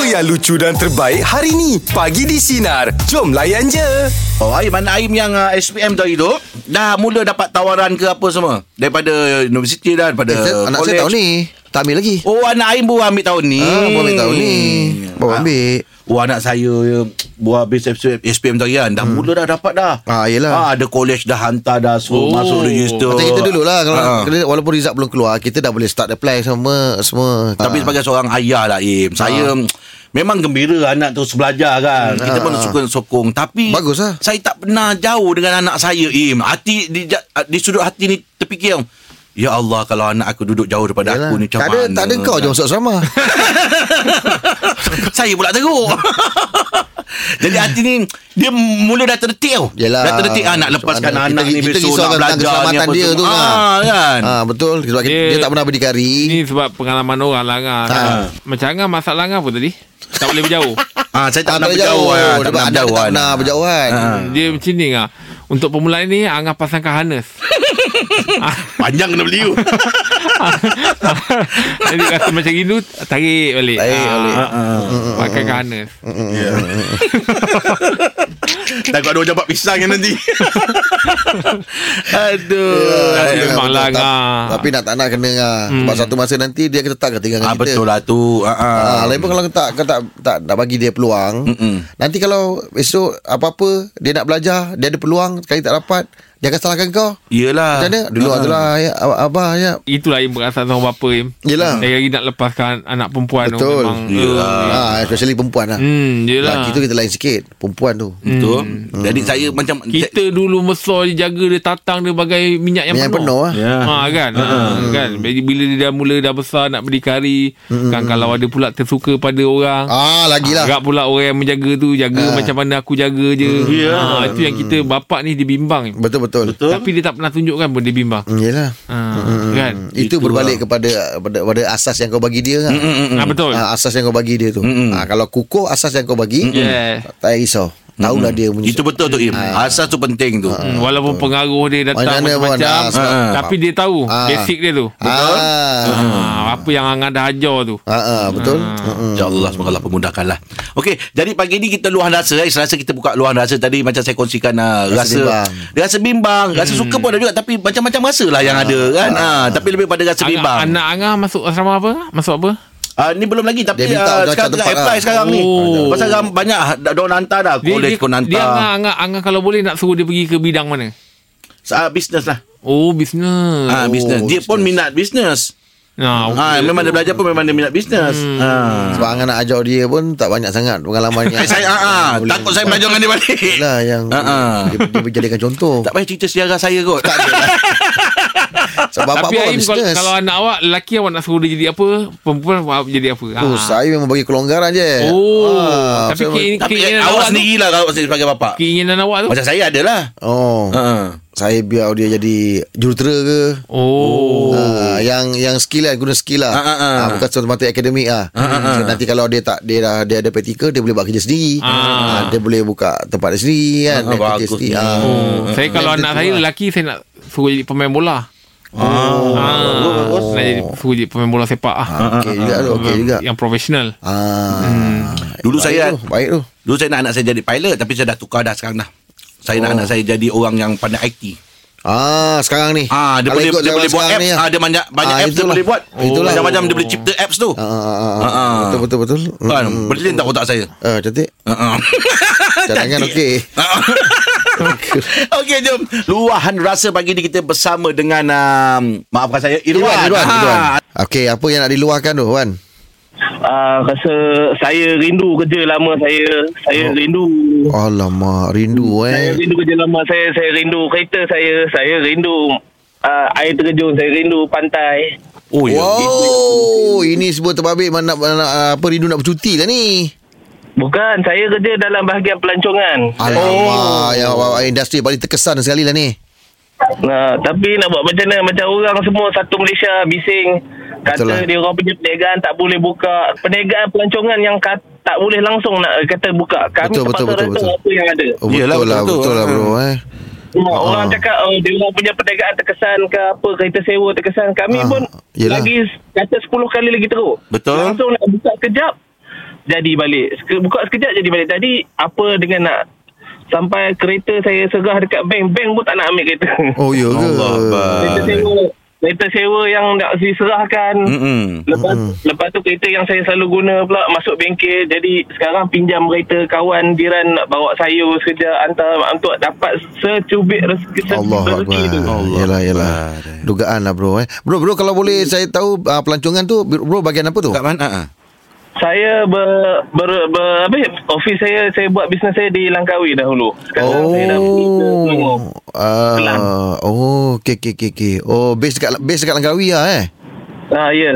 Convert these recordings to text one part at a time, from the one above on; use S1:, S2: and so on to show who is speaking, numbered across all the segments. S1: yang lucu dan terbaik hari ni. Pagi di Sinar. Jom layan je.
S2: Oh, Aim anak Aim yang uh, SPM dah hidup Dah mula dapat tawaran ke apa semua Daripada universiti dah Daripada
S3: Kita,
S2: eh,
S3: anak saya tahun ni Tak ambil lagi
S2: Oh anak Aim baru ambil tahun ni
S3: Ah, baru ambil tahun ni.
S2: Hmm.
S3: Baru
S2: Ah.
S3: ambil.
S2: Oh anak saya ya, Baru habis SPM, SPM tarian Dah hmm. mula dah dapat dah
S3: Ah, yelah.
S2: ah, Ada college dah hantar dah Suruh oh.
S4: Oh.
S2: masuk register
S3: Macam kita dulu lah kalau
S2: Ah.
S3: uh walaupun result belum keluar kita dah boleh start apply semua semua.
S2: Tapi
S3: Ah.
S2: sebagai seorang ayah lah Im Saya Memang gembira anak terus belajar kan Kita pun
S3: Ah.
S2: suka sokong Tapi
S3: Bagus lah.
S2: Saya tak pernah jauh dengan anak saya Im Hati di, ja- di sudut hati ni terfikir Ya Allah kalau anak aku duduk jauh daripada
S3: Yalah.
S2: aku ni macam
S3: tak ada,
S2: mana
S3: tak ada kau je masuk asrama
S2: Saya pula teruk Jadi hati ni Dia mula dah tertik tau
S3: Yelah
S2: Dah tertik ah, nak lepaskan
S3: Macam mana?
S2: anak
S3: kita,
S2: ni
S3: Kita
S2: besok
S3: risaukan
S2: nak
S3: tentang
S2: belajar ni
S3: keselamatan
S2: apa
S3: dia
S2: semua.
S3: tu kan
S2: ah, kan
S3: Ah, Betul Sebab dia,
S4: Dia-
S3: dia tak pernah berdikari
S4: Ini sebab pengalaman orang lah
S3: Ah.
S4: Angah. Macam Angah masalah Angah apa tadi? Tak boleh berjauh.
S2: ah, Saya tak
S3: Tak
S2: nak
S3: pernah
S2: berjauh
S3: berjauh
S2: ah, nak
S3: Sebab anak dia tak
S2: berjauh,
S3: pernah
S2: ah.
S3: berjauhan
S4: Dia macam ni Angah. Untuk permulaan ni Angah pasangkan harness.
S2: Panjang kena beli you
S4: Jadi rasa macam rindu tarik balik.
S3: Tarik
S4: Ah,
S3: balik. Ah,
S4: ah, Pakai ke harness.
S2: Takut ada orang jabat pisang yang nanti Aduh
S3: Eh,
S4: Tapi memang lah,
S3: ya, Betul, tak-
S4: Ngah.
S3: Tapi nak tak nak kena Ngah. Sebab satu masa nanti Dia akan tetap ketinggalan
S2: ah,
S3: kita
S2: Betul lah tu ah, ah.
S3: Ah, lain pun kalau kau tak kau tak tak nak bagi dia peluang.
S2: Mm-mm.
S3: Nanti kalau esok apa-apa dia nak belajar, dia ada peluang sekali tak dapat, dia akan salahkan kau.
S2: Yelah
S3: Macam mana? Dulu
S2: Ah.
S3: uh adalah ya, ab- abah ya.
S4: Itulah yang perasaan seorang bapa Im.
S3: Yelah.
S4: Lagi-lagi nak lepaskan anak perempuan tu
S3: Betul.
S4: memang. eh.
S2: Yelah.
S3: Ah, especially perempuan lah.
S4: Hmm, yelah.
S3: Laki tu kita lain sikit, perempuan tu.
S2: Betul Jadi saya macam
S4: Kita dulu mesra dia jaga dia tatang dia bagai minyak yang,
S3: Yang, yang penuh ah.
S2: Ya.
S4: Ha kan. Ha, kan. Jadi bila dia dah mula dah besar nak berdikari, kan kalau ada pula tersuka pada orang.
S3: Ah, lagilah.
S4: Agak pula orang yang menjaga tu jaga macam mana aku jaga je.
S2: Ya.
S4: Ha, itu yang kita bapak ni dia bimbang.
S3: Betul betul. betul.
S4: Tapi dia tak pernah tunjukkan pun dia bimbang.
S3: Hmm, Yelah. Hmm,
S4: Ha, kan.
S3: Itu, berbalik kepada, kepada kepada asas yang kau bagi dia kan.
S4: Ha, betul.
S3: Ah, asas yang kau bagi dia tu. Ah, kalau kukuh asas yang kau bagi,
S4: Yeah.
S3: tak payah risau. Tahulah dia punya
S2: Itu betul tu Im Asas tu penting tu
S4: Hmm, walaupun pengaruh dia datang
S3: Mana-mana pun,
S4: macam-macam
S3: ah, sebab-
S4: ha, tapi dia tahu
S3: Ah.
S4: basic dia tu.
S3: Ah.
S4: Ha, apa yang Angah dah ajar tu.
S3: Ah, ah betul. Ah.
S2: Ya Allah semoga Allah pemudahkanlah. Okey, jadi pagi ni kita luahan rasa. Eh. Selasa kita buka luahan rasa tadi macam saya kongsikan uh, rasa
S3: Rasa bimbang.
S2: rasa bimbang, rasa suka pun ada juga tapi macam-macam rasa lah yang ada kan. Ah, tapi lebih pada rasa
S4: Angah,
S2: bimbang.
S4: anak Angah masuk asrama apa? Masuk apa?
S2: Ah, ni belum lagi tapi
S3: Dia minta
S2: ah,
S3: dah
S2: sekarang
S3: kat
S2: tengah
S3: tempat
S2: apply
S3: lah.
S2: sekarang ni.
S4: Oh.
S2: Pasal ram- banyak dah orang hantar dah
S3: Oh,
S2: college kau
S4: dia Angah,
S2: hantar.
S4: Angah, Angah kalau boleh nak suruh dia pergi ke bidang mana?
S2: Ah, bisnes lah.
S4: Oh, bisnes.
S2: Ah, bisnes. Dia pun minat bisnes.
S4: Nah,
S2: Ah, memang dia belajar pun memang dia minat bisnes.
S3: Hmm.
S2: Ah.
S3: Sebab Angan nak ajar dia pun tak banyak sangat pengalaman yang
S2: Eh, saya ah, ah,
S3: yang boleh-
S2: takut saya belajar dengan dia balik.
S3: lah yang
S2: Ah, ah.
S3: dia, dia berjadikan contoh.
S2: Tak payah cerita sejarah saya kot.
S3: lah. Sebab bapak
S4: Tapi
S3: pun
S4: Aim kalau,
S3: bisnes.
S4: kalau anak awak Lelaki awak nak suruh dia jadi apa Perempuan awak jadi apa Ah.
S3: Oh, saya memang bagi kelonggaran je.
S4: Oh
S3: Ah,
S4: Tapi
S3: saya-
S4: kein-
S2: Tapi
S4: keinginan awak
S2: awak
S4: tu
S2: sendirilah kalau awak sebagai bapak.
S4: Keinginan awak tu
S2: Macam saya adalah.
S3: Oh,
S2: Ha.
S3: saya biar dia jadi jurutera ke.
S4: Oh
S3: Ah, yang yang skill lah guna skill lah.
S2: Ah, ah, ah.
S3: Ah, bukan semata akademik ah. So, nanti kalau dia tak dia dah dia ada praktikal dia boleh buat kerja sendiri.
S4: Ah.
S3: Ah, dia boleh buka tempat dia sendiri
S2: Ah,
S3: kan. dia kerja
S2: bagus
S3: sendiri.
S2: ni.
S3: Ah.
S4: Oh, saya kalau
S3: Dia
S4: anak
S3: tu
S4: saya
S3: lah.
S4: lelaki saya nak suruh jadi pemain bola. Oh. Ah, nak jadi suruh jadi pemain bola sepak ah.
S3: Okey juga tu, okey juga.
S4: Yang profesional.
S3: Ah.
S2: Hmm. Dulu
S3: baik
S2: saya-
S3: tu, baik tu.
S2: Dulu saya nak anak saya jadi pilot tapi saya dah tukar dah sekarang dah. Saya oh. nak anak saya jadi orang yang pandai IT.
S3: Ah, sekarang ni.
S2: Ah, dia
S3: Kalau
S2: boleh
S3: ikut
S2: dia
S3: zaman
S2: boleh buat
S3: sekarang
S2: apps.
S3: ni,
S2: Ah, dia banyak banyak
S3: Ah,
S2: apps dia
S3: itulah.
S2: boleh buat.
S3: Itulah.
S2: Macam-ah, dia boleh cipta apps tu.
S3: Ah, ah, ah, ah.
S2: Ah, ah.
S3: Betul betul betul. Hmm.
S2: Kan, berlin tak otak saya.
S3: Ah, cantik.
S2: Ha.
S3: Cadangan okey.
S2: Ah, Okey jom Luahan rasa pagi ni kita bersama dengan um, Maafkan saya Irwan
S3: Irwan, Irwan,
S2: Ah.
S3: Irwan. Okey, apa yang nak diluahkan tu, Wan?
S5: Ah, rasa saya rindu kerja lama saya. Saya oh. rindu.
S3: Alamak, rindu
S5: Hmm, Saya
S3: eh.
S5: rindu kerja lama saya. Saya rindu kereta saya. Saya rindu uh, air terjun. Saya rindu pantai.
S2: Oh ya
S3: Wow, ini sebuah terbabit mana nak, nak apa rindu nak bercuti lah ni.
S5: Bukan, saya kerja dalam bahagian pelancongan.
S2: Oh.
S3: Alamak, yang awak- industri paling terkesan sekali lah ni.
S5: Nah, Ah, tapi nak buat macam mana? Macam orang semua satu Malaysia bising. Kata
S3: Betul lah.
S5: dia orang punya perniagaan tak boleh buka. Perniagaan pelancongan yang kat, tak boleh langsung nak kata buka. Kami
S3: Betul, betul,
S5: terpaksa
S3: betul,
S5: rasa
S3: betul.
S5: apa yang ada.
S3: Oh,
S2: Yelah,
S3: betul lah,
S2: betul tu.
S3: betul lah bro eh.
S5: Semua orang cakap oh, dia orang punya perniagaan terkesan ke apa kereta sewa terkesan kami
S3: Ah,
S5: pun
S3: yelah.
S5: lagi kata 10 kali lagi teruk
S2: Betul.
S5: langsung nak buka kejap jadi balik. Seke- Buka sekejap jadi balik. Tadi apa dengan nak sampai kereta saya serah dekat bank, bank pun tak nak ambil kereta.
S3: Oh ya ke?
S2: Allah
S5: Kereta
S2: Akbar.
S5: sewa, kereta sewa yang nak diserahkan.
S2: Mm-mm.
S5: Lepas, lepas tu kereta yang saya selalu guna pula masuk bengkel. Jadi sekarang pinjam kereta kawan jiran nak bawa sayur sekejap hantar untuk dapat secubit rezeki. se-
S3: Allah
S5: rezeki tu.
S3: Akbar Yelah yelah Dugaan lah bro eh. Bro bro kalau boleh
S5: Hmm.
S3: saya tahu uh, Pelancongan tu Bro bagian apa tu?
S2: Kat mana? Ha.
S5: Saya ber, ber, ber apa ya, office saya saya buat bisnes saya di Langkawi dahulu. Sekarang saya dah pergi ke Selangor.
S3: Oh
S5: Kelang.
S3: uh, Oh okay, okay, okay, okay. Oh base dekat base dekat Langkawi lah eh
S5: Ah ya.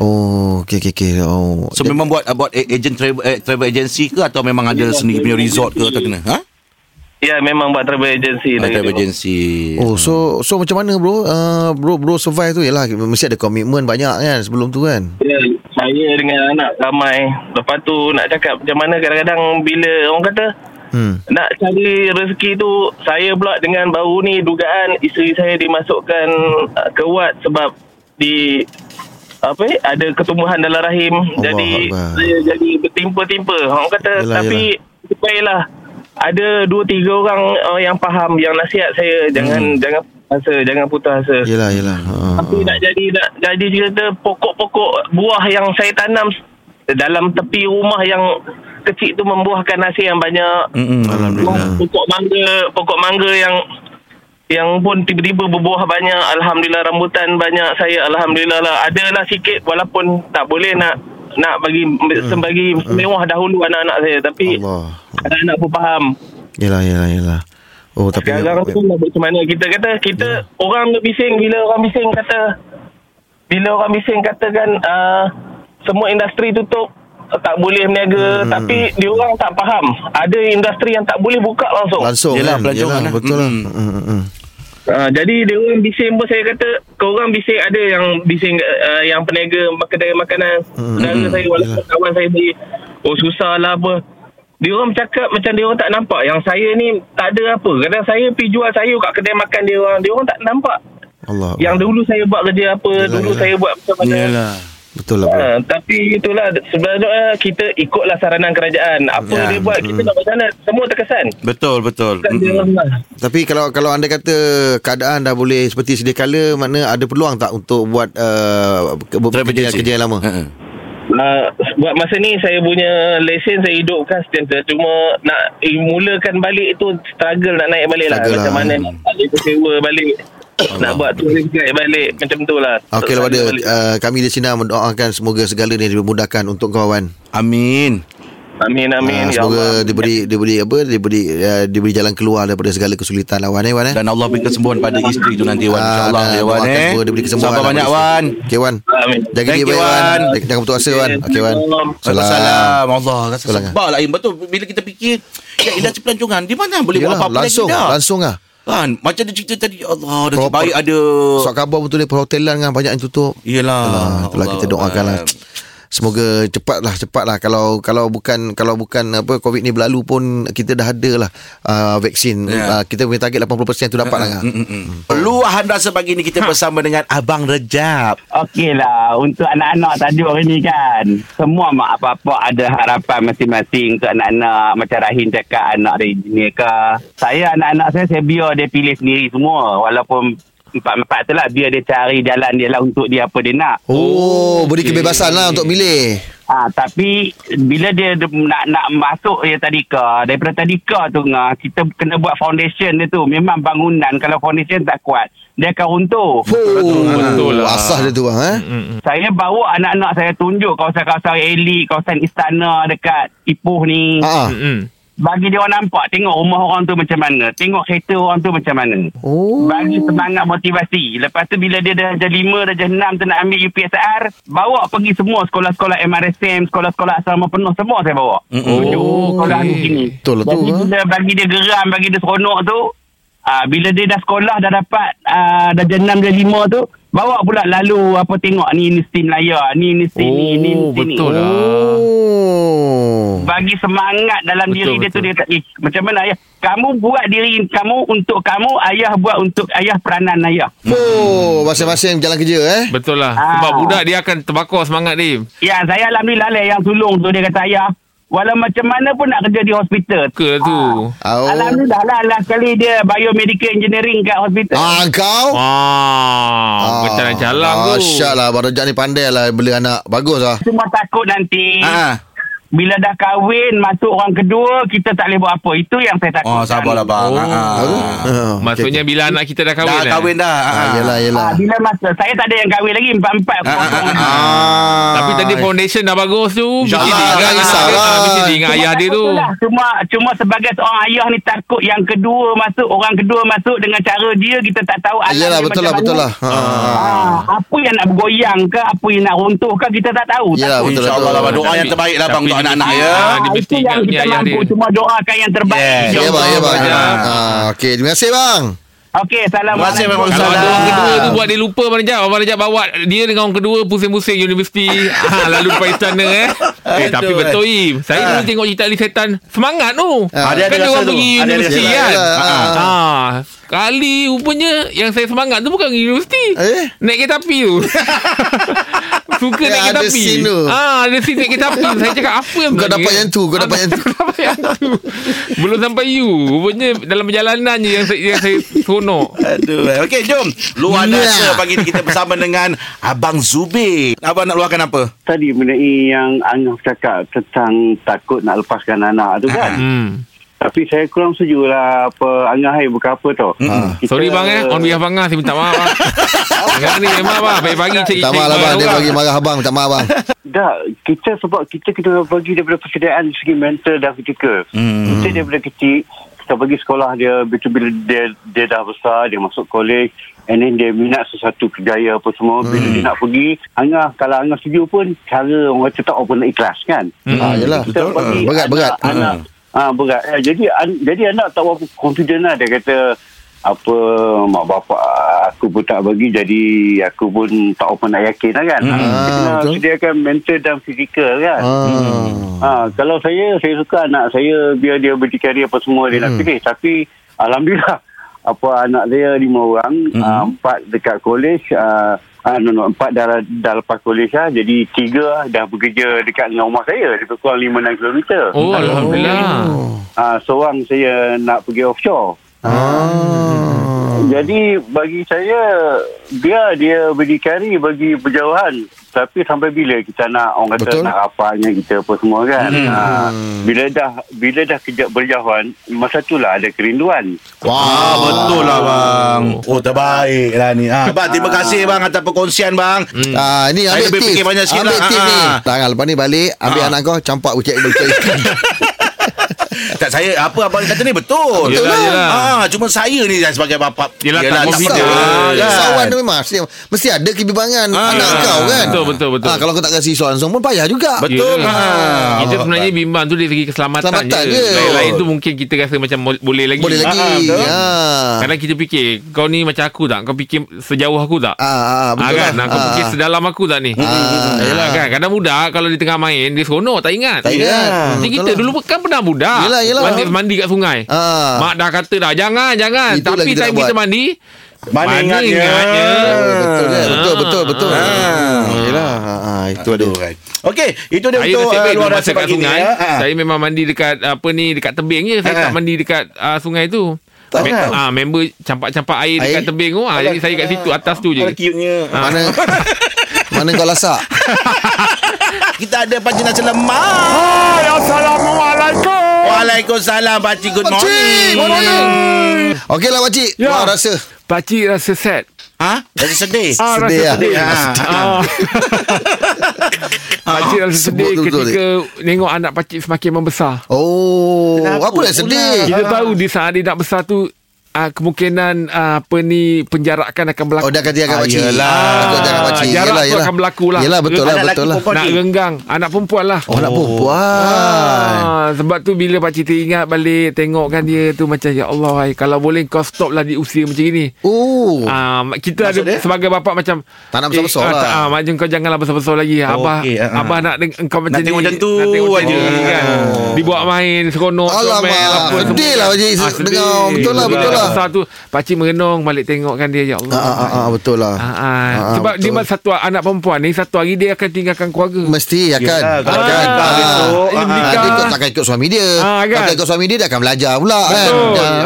S3: Oh okay, okay, okay. Oh,
S2: So memang buat buat a- agent travel, eh, travel agency ke atau memang ada sendiri punya resort ke atau kena? Ha?
S5: Ya memang buat travel agency
S2: Ah,
S5: lagi
S2: travel
S5: dulu.
S2: agency.
S3: Oh so so macam mana bro? Uh, bro bro survive tu yalah mesti ada komitmen banyak kan sebelum tu kan.
S5: Ya, saya dengan anak ramai. Lepas tu nak cakap macam mana kadang-kadang bila orang kata
S3: Hmm.
S5: nak cari rezeki tu saya pula dengan baru ni dugaan isteri saya dimasukkan uh, ke wad sebab di apa eh, ada ketumbuhan dalam rahim
S3: Allah
S5: jadi
S3: Akbar.
S5: saya jadi bertimpa-timpa orang kata
S3: Yelah,
S5: yelah, tapi baiklah ada dua tiga orang uh, yang faham yang nasihat saya jangan hmm. jangan putus asa jangan putus asa
S3: Yalah yalah. Uh,
S5: tapi nak jadi nak jadi cerita pokok-pokok buah yang saya tanam dalam tepi rumah yang kecil tu membuahkan nasi yang banyak.
S2: Mm-mm, Hmm, Alhamdulillah.
S5: Pokok mangga, pokok mangga yang yang pun tiba-tiba berbuah banyak. Alhamdulillah rambutan banyak. Saya alhamdulillah lah adalah sikit walaupun tak boleh nak nak bagi sembagi mewah dahulu anak-anak saya tapi
S3: Allah.
S5: anak-anak pun faham.
S3: Yalah yalah yalah. Oh tapi
S5: Sekarang tu lah macam mana kita kata kita yeah. orang bising bila orang bising kata bila orang bising katakan uh, semua industri tutup uh, tak boleh berniaga hmm. tapi diorang tak faham ada industri yang tak boleh buka langsung
S3: langsung
S2: Oh, Yelah,
S3: kan?
S2: pelancongan
S3: Yelah,
S2: lah.
S3: betul lah.
S2: Mm-mm.
S3: Mm, mm, mm.
S5: uh, jadi diorang bising pun saya kata korang bising ada yang bising uh, yang peniaga kedai makanan hmm. saudara saya walaupun kawan saya beri oh susah lah apa diorang bercakap macam diorang tak nampak yang saya ni tak ada apa kadang saya pergi jual sayur kat kedai makan diorang diorang tak nampak
S3: Allah.
S5: Yang dulu saya buat kerja apa
S3: Yelah,
S5: yelah, Dulu
S3: yelah.
S5: yelah. saya buat macam mana yelah.
S3: betul lah bro.
S2: Eh.
S5: Ha, tapi itulah sebenarnya kita ikutlah saranan kerajaan. Apa
S2: Ya,
S5: dia buat kita nak buat sana semua terkesan.
S2: Betul betul.
S5: Bukan dia
S2: Mm-mm.
S5: orang lah.
S3: Tapi kalau kalau anda kata keadaan dah boleh seperti sedia kala makna ada peluang tak untuk buat uh, ke-
S2: Travel
S3: kerja,
S2: agency. Eh.
S3: kerja yang lama?
S2: Ha-ha.
S5: Ah, buat masa ni saya punya lesen saya hidupkan sentiasa cuma nak eh, mulakan balik tu struggle nak naik balik lah
S3: Struggle
S5: macam
S3: lah.
S5: mana nak balik sewa balik nak buat tu balik macam tu lah
S3: Okey lah pada
S5: Struggle balik.
S3: uh, kami di sini mendoakan semoga segala ni dimudahkan untuk kau Wan.
S2: Amin.
S5: amin amin
S3: Ah,
S5: ya
S3: semoga
S5: Allah
S3: diberi diberi apa diberi uh, diberi jalan keluar daripada segala kesulitan lah Wan eh Wan eh.
S2: Dan Allah beri kesembuhan pada isteri tu nanti Wan.
S3: Ah,
S2: InsyaAllah
S3: dan
S2: ya Wan
S3: doakan
S2: eh.
S3: semoga diberi kesembuhan
S2: Sabar
S3: lah
S2: banyak
S3: pada
S2: Wan.
S3: isteri. Okey Wan.
S5: amin
S3: Jaga
S2: Thank
S3: diri
S2: you,
S3: baik Wan.
S2: Wan.
S3: Jangan jangan putus asa Wan. Okey Wan.
S2: Salam. Salam. Allah rasa
S3: Salam.
S2: sebab lah Im. Betul bila kita fikir ya industri pelancongan di mana boleh buat
S3: Yalah,
S2: apa-apa
S3: langsung
S2: lagi dah.
S3: langsung ah.
S2: Kan macam dia cerita tadi Allah dah
S3: Proper.
S2: baik ada
S3: Sok khabar betul dia perhotelan kan banyak yang tutup.
S2: Yelah
S3: Ah, itulah kita doakan lah. Semoga cepatlah cepatlah kalau kalau bukan kalau bukan apa covid ni berlalu pun kita dah ada lah uh, vaksin yeah. uh,
S2: Ya.
S3: kita punya target 80% tu dapat lah kan.
S2: Luahan rasa pagi ni kita bersama dengan Abang Rejab
S6: Okey lah Untuk anak-anak tajuk hari ni kan Semua mak apa-apa ada harapan masing-masing Untuk anak-anak Macam Rahim cakap Anak dari engineer ke Saya anak-anak saya Saya biar dia pilih sendiri semua Walaupun Empat-empat tu lah Biar dia cari jalan dia lah Untuk dia apa dia nak
S3: Oh, beri kebebasan lah untuk milih.
S6: ha, Tapi Bila dia de- nak nak masuk Ya tadika Daripada tadika tu ngah, Kita kena buat foundation dia tu Memang bangunan Kalau foundation tak kuat Dia akan runtuh
S3: Oh,
S4: betul lah.
S3: Asas dia tu bang eh.
S6: Saya bawa anak-anak saya tunjuk kawasan-kawasan elit, kawasan istana dekat Ipoh
S2: Mm.
S6: ni.
S3: Ha.
S6: Ha.
S3: ah.
S4: Mm-mm.
S6: Bagi dia orang nampak tengok rumah orang tu macam mana, tengok kereta orang tu macam mana.
S2: Mm.
S3: Oh.
S6: Bagi semangat motivasi. Lepas tu bila dia dah darjah 5, darjah 6 tu nak ambil UPSR, bawa pergi semua sekolah-sekolah MRSM, sekolah-sekolah asrama penuh semua saya bawa.
S3: Hmm.
S6: Tunjuk
S4: Oh,
S6: sekolah
S4: okey.
S6: okay. sini.
S3: Betul lah tu,
S6: Jadi
S3: ha?
S6: bila bagi dia geram, bagi dia seronok tu,
S7: ha,
S6: ah bila dia dah sekolah dah dapat ah, darjah 6, darjah 5 tu, bawa pula lalu apa tengok ni Universiti Melaya, ni Universiti ni, ni
S4: Oh
S6: Universiti ni.
S4: betul lah
S2: Mm.
S3: Oh.
S7: bagi semangat dalam
S4: Betul,
S7: betul, diri
S4: betul.
S7: betul. dia tu dia tak eh, macam mana ayah kamu buat diri kamu untuk kamu ayah buat untuk ayah peranan ayah
S3: Oh, masing-masing jalan kerja eh.
S4: Betul lah
S7: Ah.
S4: Sebab budak dia akan terbakar semangat dia
S7: Ya, saya alhamdulillah lah yang tolong tu dia kata ayah. Walau macam mana pun nak kerja di hospital.
S4: Ke tu
S3: Oh.
S7: Alhamdulillah lah last kali dia biomedical engineering kat hospital.
S3: Ah, kau.
S4: Ah, Bercalang-calang tu
S3: Masya Allah lah, Abang Rojak ni pandai lah Beli anak Bagus lah
S7: Cuma takut nanti
S2: Ah.
S7: bila dah kahwin masuk orang kedua kita tak boleh buat apa. Itu yang saya takut.
S2: Oh, sabarlah bang.
S4: Oh.
S2: Oh. Ah.
S3: Ah,
S4: Maksudnya
S3: okey,
S4: bila anak kita dah kahwin
S2: Dah
S4: eh?
S2: kahwin dah. ha,
S3: okey. ah, Yelah yelah
S7: Ah, bila masa saya tak ada yang kahwin lagi empat-empat aku
S2: Ah, ah,
S7: kosong.
S2: ah,
S3: ah.
S4: Tapi tadi foundation dah bagus tu Mesti
S2: InsyaAllah,
S4: dia ingat
S3: jangan
S4: anak
S3: risau
S4: dia,
S3: lah.
S4: ah, Mesti dia ingat
S7: Cuma
S4: ayah dia
S7: takut
S4: tu
S7: tu lah. Cuma cuma sebagai seorang ayah ni takut yang kedua masuk, orang kedua masuk dengan cara dia kita tak tahu anak
S3: Yelah
S7: dia
S3: betul
S7: macam
S3: lah betul
S7: mana.
S3: lah ah.
S7: Ah, apa yang nak bergoyang ke apa yang nak runtuh ke kita tak tahu
S3: Yelah,
S7: Takut.
S3: betul,
S2: InsyaAllah lah
S3: betul.
S2: bang. Doa yang terbaik lah bang
S4: Tapi
S2: untuk
S4: dia-
S2: anak-anak ya.
S4: Ah, dia
S7: Ah,
S4: mesti
S7: itu
S4: ingat
S7: yang
S4: punya
S7: kita
S4: ayah
S7: mampu
S4: dia.
S7: cuma doakan yang terbaik
S2: Yes.
S3: Ya bang ya bang
S4: Ya.
S3: ah, Okay terima kasih bang
S7: okey
S2: Terima kasih
S7: assalamualaikum
S2: memang
S4: Kalau ada orang kedua tu
S3: Ah.
S2: salah.
S4: buat dia lupa Abang Rejab Abang Rejab bawa dia dengan orang kedua pusing-pusing universiti ha, Lalu lepas istana eh Eh tapi
S2: Aduh,
S4: betul
S2: eh.
S4: Im Saya
S2: Ah.
S4: dulu tengok cerita Ali Setan Semangat tu
S3: Ah,
S2: dia ada
S4: Kan dia
S2: rasa
S4: orang
S2: tu.
S4: pergi
S2: Ada- ada
S4: universiti
S2: rasa.
S4: kan
S3: Yelah, ah,
S4: ha. Kali rupanya yang saya semangat tu bukan pergi universiti
S3: Eh?
S4: Naik kereta api tu Suka
S3: Ya,
S4: naik kereta
S3: ada
S4: api
S3: scene tu.
S4: Ah, Ada scene naik kereta api Saya cakap apa yang
S3: Kau
S4: berlaku
S3: dapat
S4: ni?
S3: yang tu, kau
S4: Ah,
S3: dapat yang tu.
S4: Kau dapat yang tu Belum sampai you Rupanya dalam perjalanan je Yang saya, yang saya seronok
S2: Aduh. eh. Okey, jom. Luar
S3: Ya.
S2: dasa pagi ni kita bersama dengan Abang Zubir. Abang nak luahkan apa?
S7: tadi mengenai yang Angah cakap tentang takut nak lepaskan anak tu kan
S4: Hmm
S7: tapi saya kurang setuju lah apa Angah hai bukan apa tau
S4: Sorry bang eh On behalf bang ah, Saya minta maaf bang Sekarang ni ah. memang bang Pagi-pagi cek
S3: Tak maaf lah bang
S4: ah.
S3: Dia bagi marah abang Tak maaf bang
S7: Tak, kita sebab kita kena bagi daripada persediaan segi mental dan fizikal. Hmm. Kita daripada kecil, kita bagi sekolah dia, begitu bila dia, dia dah besar, dia masuk kolej, and then dia minat sesuatu kerjaya apa semua. Bila
S3: Hmm.
S7: dia nak pergi, Angah, kalau Angah setuju pun, cara orang kata tak orang nak ikhlas kan? Hmm.
S3: Ah, yelah. Betul. Ah, berat, berat. Hmm.
S7: Anak, ah, berat. Eh, jadi, an, jadi anak tak berapa confident lah. Dia kata, apa mak bapak aku pun tak bagi jadi aku pun tak apa nak yakin lah kan hmm.
S3: Ah,
S7: kena
S3: betul.
S7: sediakan mental dan fizikal kan
S3: ah.
S2: Hmm.
S7: Ha, kalau saya, saya suka anak saya biar dia berdikari apa semua dia nak pilih. Tapi Alhamdulillah, apa anak saya lima orang, hmm. uh, empat dekat kolej, uh, uh, no, no, empat dah, dah lepas kolej lah. Jadi tiga dah bekerja dekat dengan rumah saya, lebih kurang lima enam kilometer.
S4: Oh Alhamdulillah
S7: Uh, seorang saya nak pergi offshore.
S3: Ah.
S7: Jadi bagi saya biar dia berdikari bagi berjauhan tapi sampai bila kita nak orang kata
S3: Betul.
S7: Betul. nak rapatnya kita apa semua kan. Hmm. Ha, bila dah bila dah kejap berjauhan masa itulah ada kerinduan.
S2: Ah, betul lah bang. Oh, terbaik lah ni. Ah, Hmm. bang, terima kasih bang atas perkongsian bang.
S3: Ah, ini
S2: Saya
S3: ambil
S2: lebih
S3: tip.
S2: fikir banyak sikit
S3: ambil
S2: lah.
S3: tip
S2: Ah,
S3: ni.
S2: ah.
S3: Tangan lepas ni balik, ambil
S2: Ah.
S3: anak kau campak ucik ucik.
S2: Tak saya apa abang kata ni betul.
S4: Betul Yelah, lah. yelah.
S2: Ah, cuma saya ni sebagai bapa.
S4: Yelah, tak
S2: tak
S4: confident.
S2: boleh, kan.
S3: Sawan tu memang mesti, mesti ada kebibangan
S2: Ah,
S3: anak
S2: ya.
S3: kau kan.
S4: Betul, betul, betul.
S3: Ah, kalau kau tak kasi isu langsung pun payah juga.
S2: Betul
S4: Yelah.
S2: lah.
S4: Kita sebenarnya bimbang tu Dari segi keselamatan,
S3: Ah, Keselamatan
S4: je
S3: je.
S4: Lain-lain tu mungkin kita rasa Macam mo- boleh lagi
S3: Boleh lagi.
S2: Ah, betul.
S3: Ya.
S4: Kadang kita fikir Kau ni macam aku tak Kau fikir sejauh aku tak
S3: Ah, ah,
S4: Ah,
S3: betul. lah.
S4: kan? Lah. Kau
S3: Ah.
S4: fikir sedalam aku tak ni?
S3: Ah.
S4: Yelah kan? Kadang budak kalau dia tengah main, dia seronok tak ingat.
S3: Tak ingat.
S4: Jadi
S3: Betul
S4: kita
S3: lah.
S4: dulu kan pernah budak.
S3: Yelah, yelah.
S4: Mandi, mandi kat sungai.
S3: Ah.
S4: Mak dah kata dah, jangan, jangan.
S3: Itulah
S4: Tapi
S3: kita nak
S4: time kita
S3: buat.
S4: mandi,
S2: Mana ingatnya?
S3: Oh, betul, je. betul,
S4: Ah.
S3: betul, betul.
S2: Ah.
S3: Yelah, ah, ah, itu ada.
S2: Aduh, kan. Okey, itu dia
S4: Saya
S2: untuk
S4: nasib
S2: ah,
S4: baik
S2: luar
S4: dulu
S2: rasa
S4: masa kat
S2: pagi ni.
S4: sungai.
S2: ya. Ah.
S4: Saya memang mandi dekat apa ni dekat tebing je. Saya
S2: Ah.
S4: tak mandi dekat ah, sungai tu.
S2: Tak
S4: Me-
S2: kan?
S4: ah, member campak-campak air,
S3: Air?
S4: dekat tebing tu. Ah, jadi saya kat situ atas tu je. Ah.
S2: Alah, cute-nya.
S3: Mana mana kau lasak?
S2: Ha, Kita ada Pakcik nasi lemak. Hai, Assalamualaikum. Waalaikumsalam, Pakcik. Good morning.
S3: Pakcik, good morning. Okeylah pakcik.
S4: Ya.
S3: Wah, lah, rasa.
S4: Pakcik rasa sad.
S2: Ha? Rasa sedih.
S4: Ah,
S3: Sedih
S4: rasa
S3: lah.
S4: sedih.
S2: Ah,
S4: Ah. Pakcik
S3: Sebut
S4: rasa sedih
S3: tu betul,
S4: ketika tengok anak pakcik semakin membesar.
S3: Oh, apa yang sedih?
S4: Kita tahu di saat dia nak besar tu uh, kemungkinan uh, apa ni penjarakan akan berlaku.
S3: Oh dah kata akan
S2: Ah,
S3: pakcik
S2: yelah.
S3: Takut jangan pakcik
S4: Jarak
S3: Yelah
S4: tu
S3: yelah
S4: akan berlaku lah.
S3: Yelah betul lah
S2: Anak
S3: betul
S2: lelaki
S3: lah
S2: perempuan
S4: nak
S2: ni.
S4: renggang anak perempuan lah.
S3: Oh nak perempuan
S4: Ah, sebab tu bila pakcik teringat balik tengokkan dia tu macam ya Allah hai, kalau boleh kau stop lah di usia macam ini.
S3: Oh
S4: Ah,
S3: Maksud
S4: kita Maksud ada
S3: dia?
S4: dia? sebagai bapak macam
S3: Tak nak besar-besar lah.
S4: ah, tak, ah, Macam kau janganlah besar-besar lagi
S2: Oh,
S4: Abah
S2: okey, ah, ah.
S4: Abah nak deng- engkau macam
S2: Nak tengok
S4: ni,
S2: macam tu
S4: Nak tengok macam
S2: aje.
S4: ni kan
S2: Oh.
S4: Dibawa main Seronok
S3: Alamak,
S4: comel, apa
S3: sedih
S4: semua.
S3: lah, Pakcik,
S4: Ah, sedih.
S3: dengar. Betul lah,
S4: Bila
S3: betul lah.
S4: Besar tu Pakcik merenung Balik tengokkan dia Ya Allah
S3: Ah, ah, ah, ah, Betul lah
S4: Ah,
S3: Ah,
S4: ah.
S3: ah,
S4: Sebab
S3: betul.
S4: dia mas- satu anak perempuan ni Satu hari dia akan tinggalkan keluarga
S3: Mesti akan
S2: Yelah, kalau
S3: Akan
S2: nikah
S3: Ah.
S2: besok,
S4: ah,
S3: Ah,
S4: nikah.
S3: Dia ikut, takkan ikut suami dia
S4: Ah, kan?
S3: Takkan ikut suami dia Dia akan belajar pula kan Dah,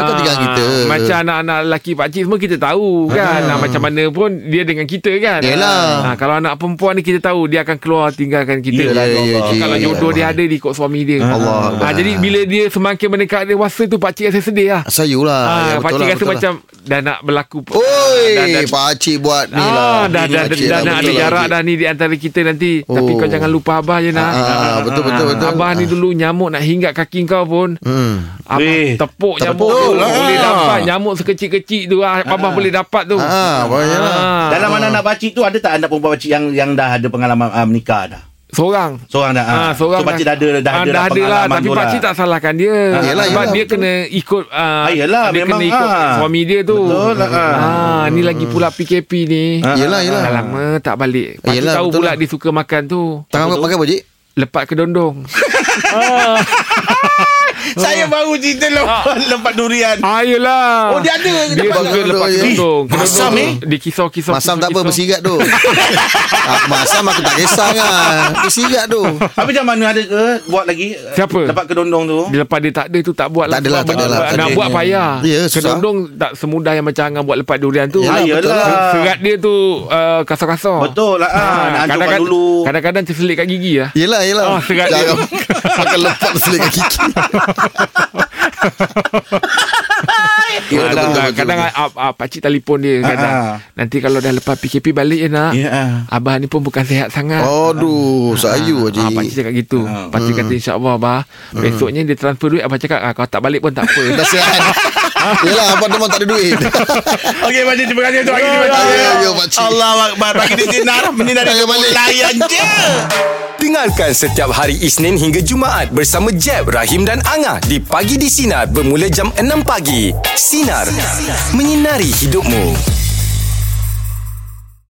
S3: Kan tinggal
S4: Ah,
S3: kita
S4: Macam anak-anak lelaki pakcik semua kita tahu kan. Ah, macam mana pun dia dengan kita kan.
S3: Yelah.
S4: Ah, kalau anak perempuan ni kita tahu dia akan keluar tinggalkan kita.
S2: Yelah,
S4: Kalau-
S2: yelah,
S4: Kalau
S2: yelah.
S4: jodoh dia ada di ikut suami dia.
S3: Allah Akbar.
S4: Ah, jadi bila dia semakin mendekat dia masa tu pakcik rasa sedih lah.
S3: Sayu lah
S4: Ah,
S3: Ya, betul
S4: pakcik
S3: lah,
S4: rasa
S3: betul lah.
S4: macam dah nak berlaku.
S3: Oi,
S4: Ah, dah- dah-
S3: pakcik buat ni
S4: Ah,
S3: lah.
S4: dah dah dah,
S3: Pakcik
S4: dah nak ada
S3: betul lah,
S4: jarak
S3: pakcik.
S4: dah ni di antara kita nanti. Oh. Tapi
S3: Oh.
S4: kau jangan lupa abah je nak.
S3: Ah, ah, ah, betul, betul,
S4: Ah,
S3: betul.
S4: Abah ni
S3: Ah.
S4: dulu nyamuk nak hinggat kaki kau pun.
S3: Hmm.
S4: Abang
S2: Weh.
S4: tepuk nyamuk
S3: Tepuk
S4: tu
S3: lah.
S4: Boleh dapat nyamuk sekecil-kecil tu ah, Abang boleh dapat tu
S3: Ah, pokoknya lah.
S4: Ah.
S2: Dalam anak-anak pakcik tu ada tak anak perempuan pakcik yang yang dah ada pengalaman ah, menikah dah?
S4: Seorang
S2: Seorang dah.
S4: Ah,
S2: ah.
S4: seorang
S2: so pakcik dah ada dah,
S4: Ah,
S2: ada
S4: dah ada lah
S2: pengalaman
S4: Tapi
S2: tu
S4: pakcik tak salahkan dia
S2: Ah,
S3: yelah,
S4: Sebab
S3: yelah,
S4: dia
S3: betul.
S4: kena ikut ah,
S2: Ah, yelah,
S4: Dia
S2: memang,
S4: kena ikut
S2: ah.
S4: suami dia tu
S2: Betul lah, ah.
S4: Ah, Ni lagi pula PKP ni
S2: Ah,
S3: Yelah, yelah.
S4: Dah lama tak balik Pakcik
S3: Yelah,
S4: tahu
S3: betul
S4: pula
S3: lah.
S4: dia suka makan tu
S3: Tangan kau pakai pakcik?
S4: Lepat ke dondong
S2: Saya baru cerita lepas lepas durian.
S4: Ah, yelah
S2: Oh, dia ada ke
S4: Dia
S3: lepak
S4: suka
S3: kedondong?
S4: lepat ke
S3: Ih,
S4: dondong
S2: masam,
S4: Kedondong
S2: eh?
S4: tu, Dia kisau-kisau
S3: Masam tak apa
S4: kisau-kisau.
S3: bersirat tu. ah, masam aku tak kisah kan. Bersirat tu.
S2: Habis macam mana ada ke buat lagi?
S4: Siapa?
S2: Lepas kedondong tu.
S4: Dia lepas dia tak ada tu tak buat lah.
S3: Tak adalah,
S4: Sebab
S3: tak adalah,
S4: buat-
S3: tak
S4: Nak
S3: ada.
S4: buat payah
S3: Ya, susah.
S4: Kedondong tak semudah yang macam Angang buat lepas durian tu
S3: Yelah,
S2: Ah,
S3: betul
S2: yelah.
S4: Se- Serat dia tu uh, kasar-kasar
S2: Betul lah. Ah, nak hancurkan
S4: kadang-kadang,
S2: dulu.
S4: Kadang-kadang terselit kat gigi lah
S3: Yelah, yelah.
S4: Ah, serat dia.
S3: Jangan pakai lepak selit kat kiki. Ya, betul, betul, betul,
S4: kadang
S3: betul.
S4: ah, ah, pakcik telefon dia kadang,
S2: Ah, ah.
S4: Nanti kalau dah lepas PKP balik je nak
S2: Ya, ah.
S4: Abah ni pun bukan sihat sangat
S3: Aduh, sayu
S4: Ah, pakcik
S3: pakcik.
S4: cakap gitu
S2: Ah.
S4: Pakcik kata insyaAllah abah Besoknya dia transfer duit Abah cakap ah, Kalau tak balik pun tak apa
S3: Dah sihat. Yelah, apa demam tak ada duit.
S2: Okey pakcik terima kasih untuk hari ini
S3: Ya, ya, ya, pakcik.
S2: Allah Akbar bagi di sinar menyinari
S3: Saya balik.
S2: layan je.
S1: Dengarkan setiap hari Isnin hingga Jumaat bersama Jeb, Rahim dan Angah di Pagi di Sinar bermula jam 6 pagi. Sinar. Menyinari hidupmu.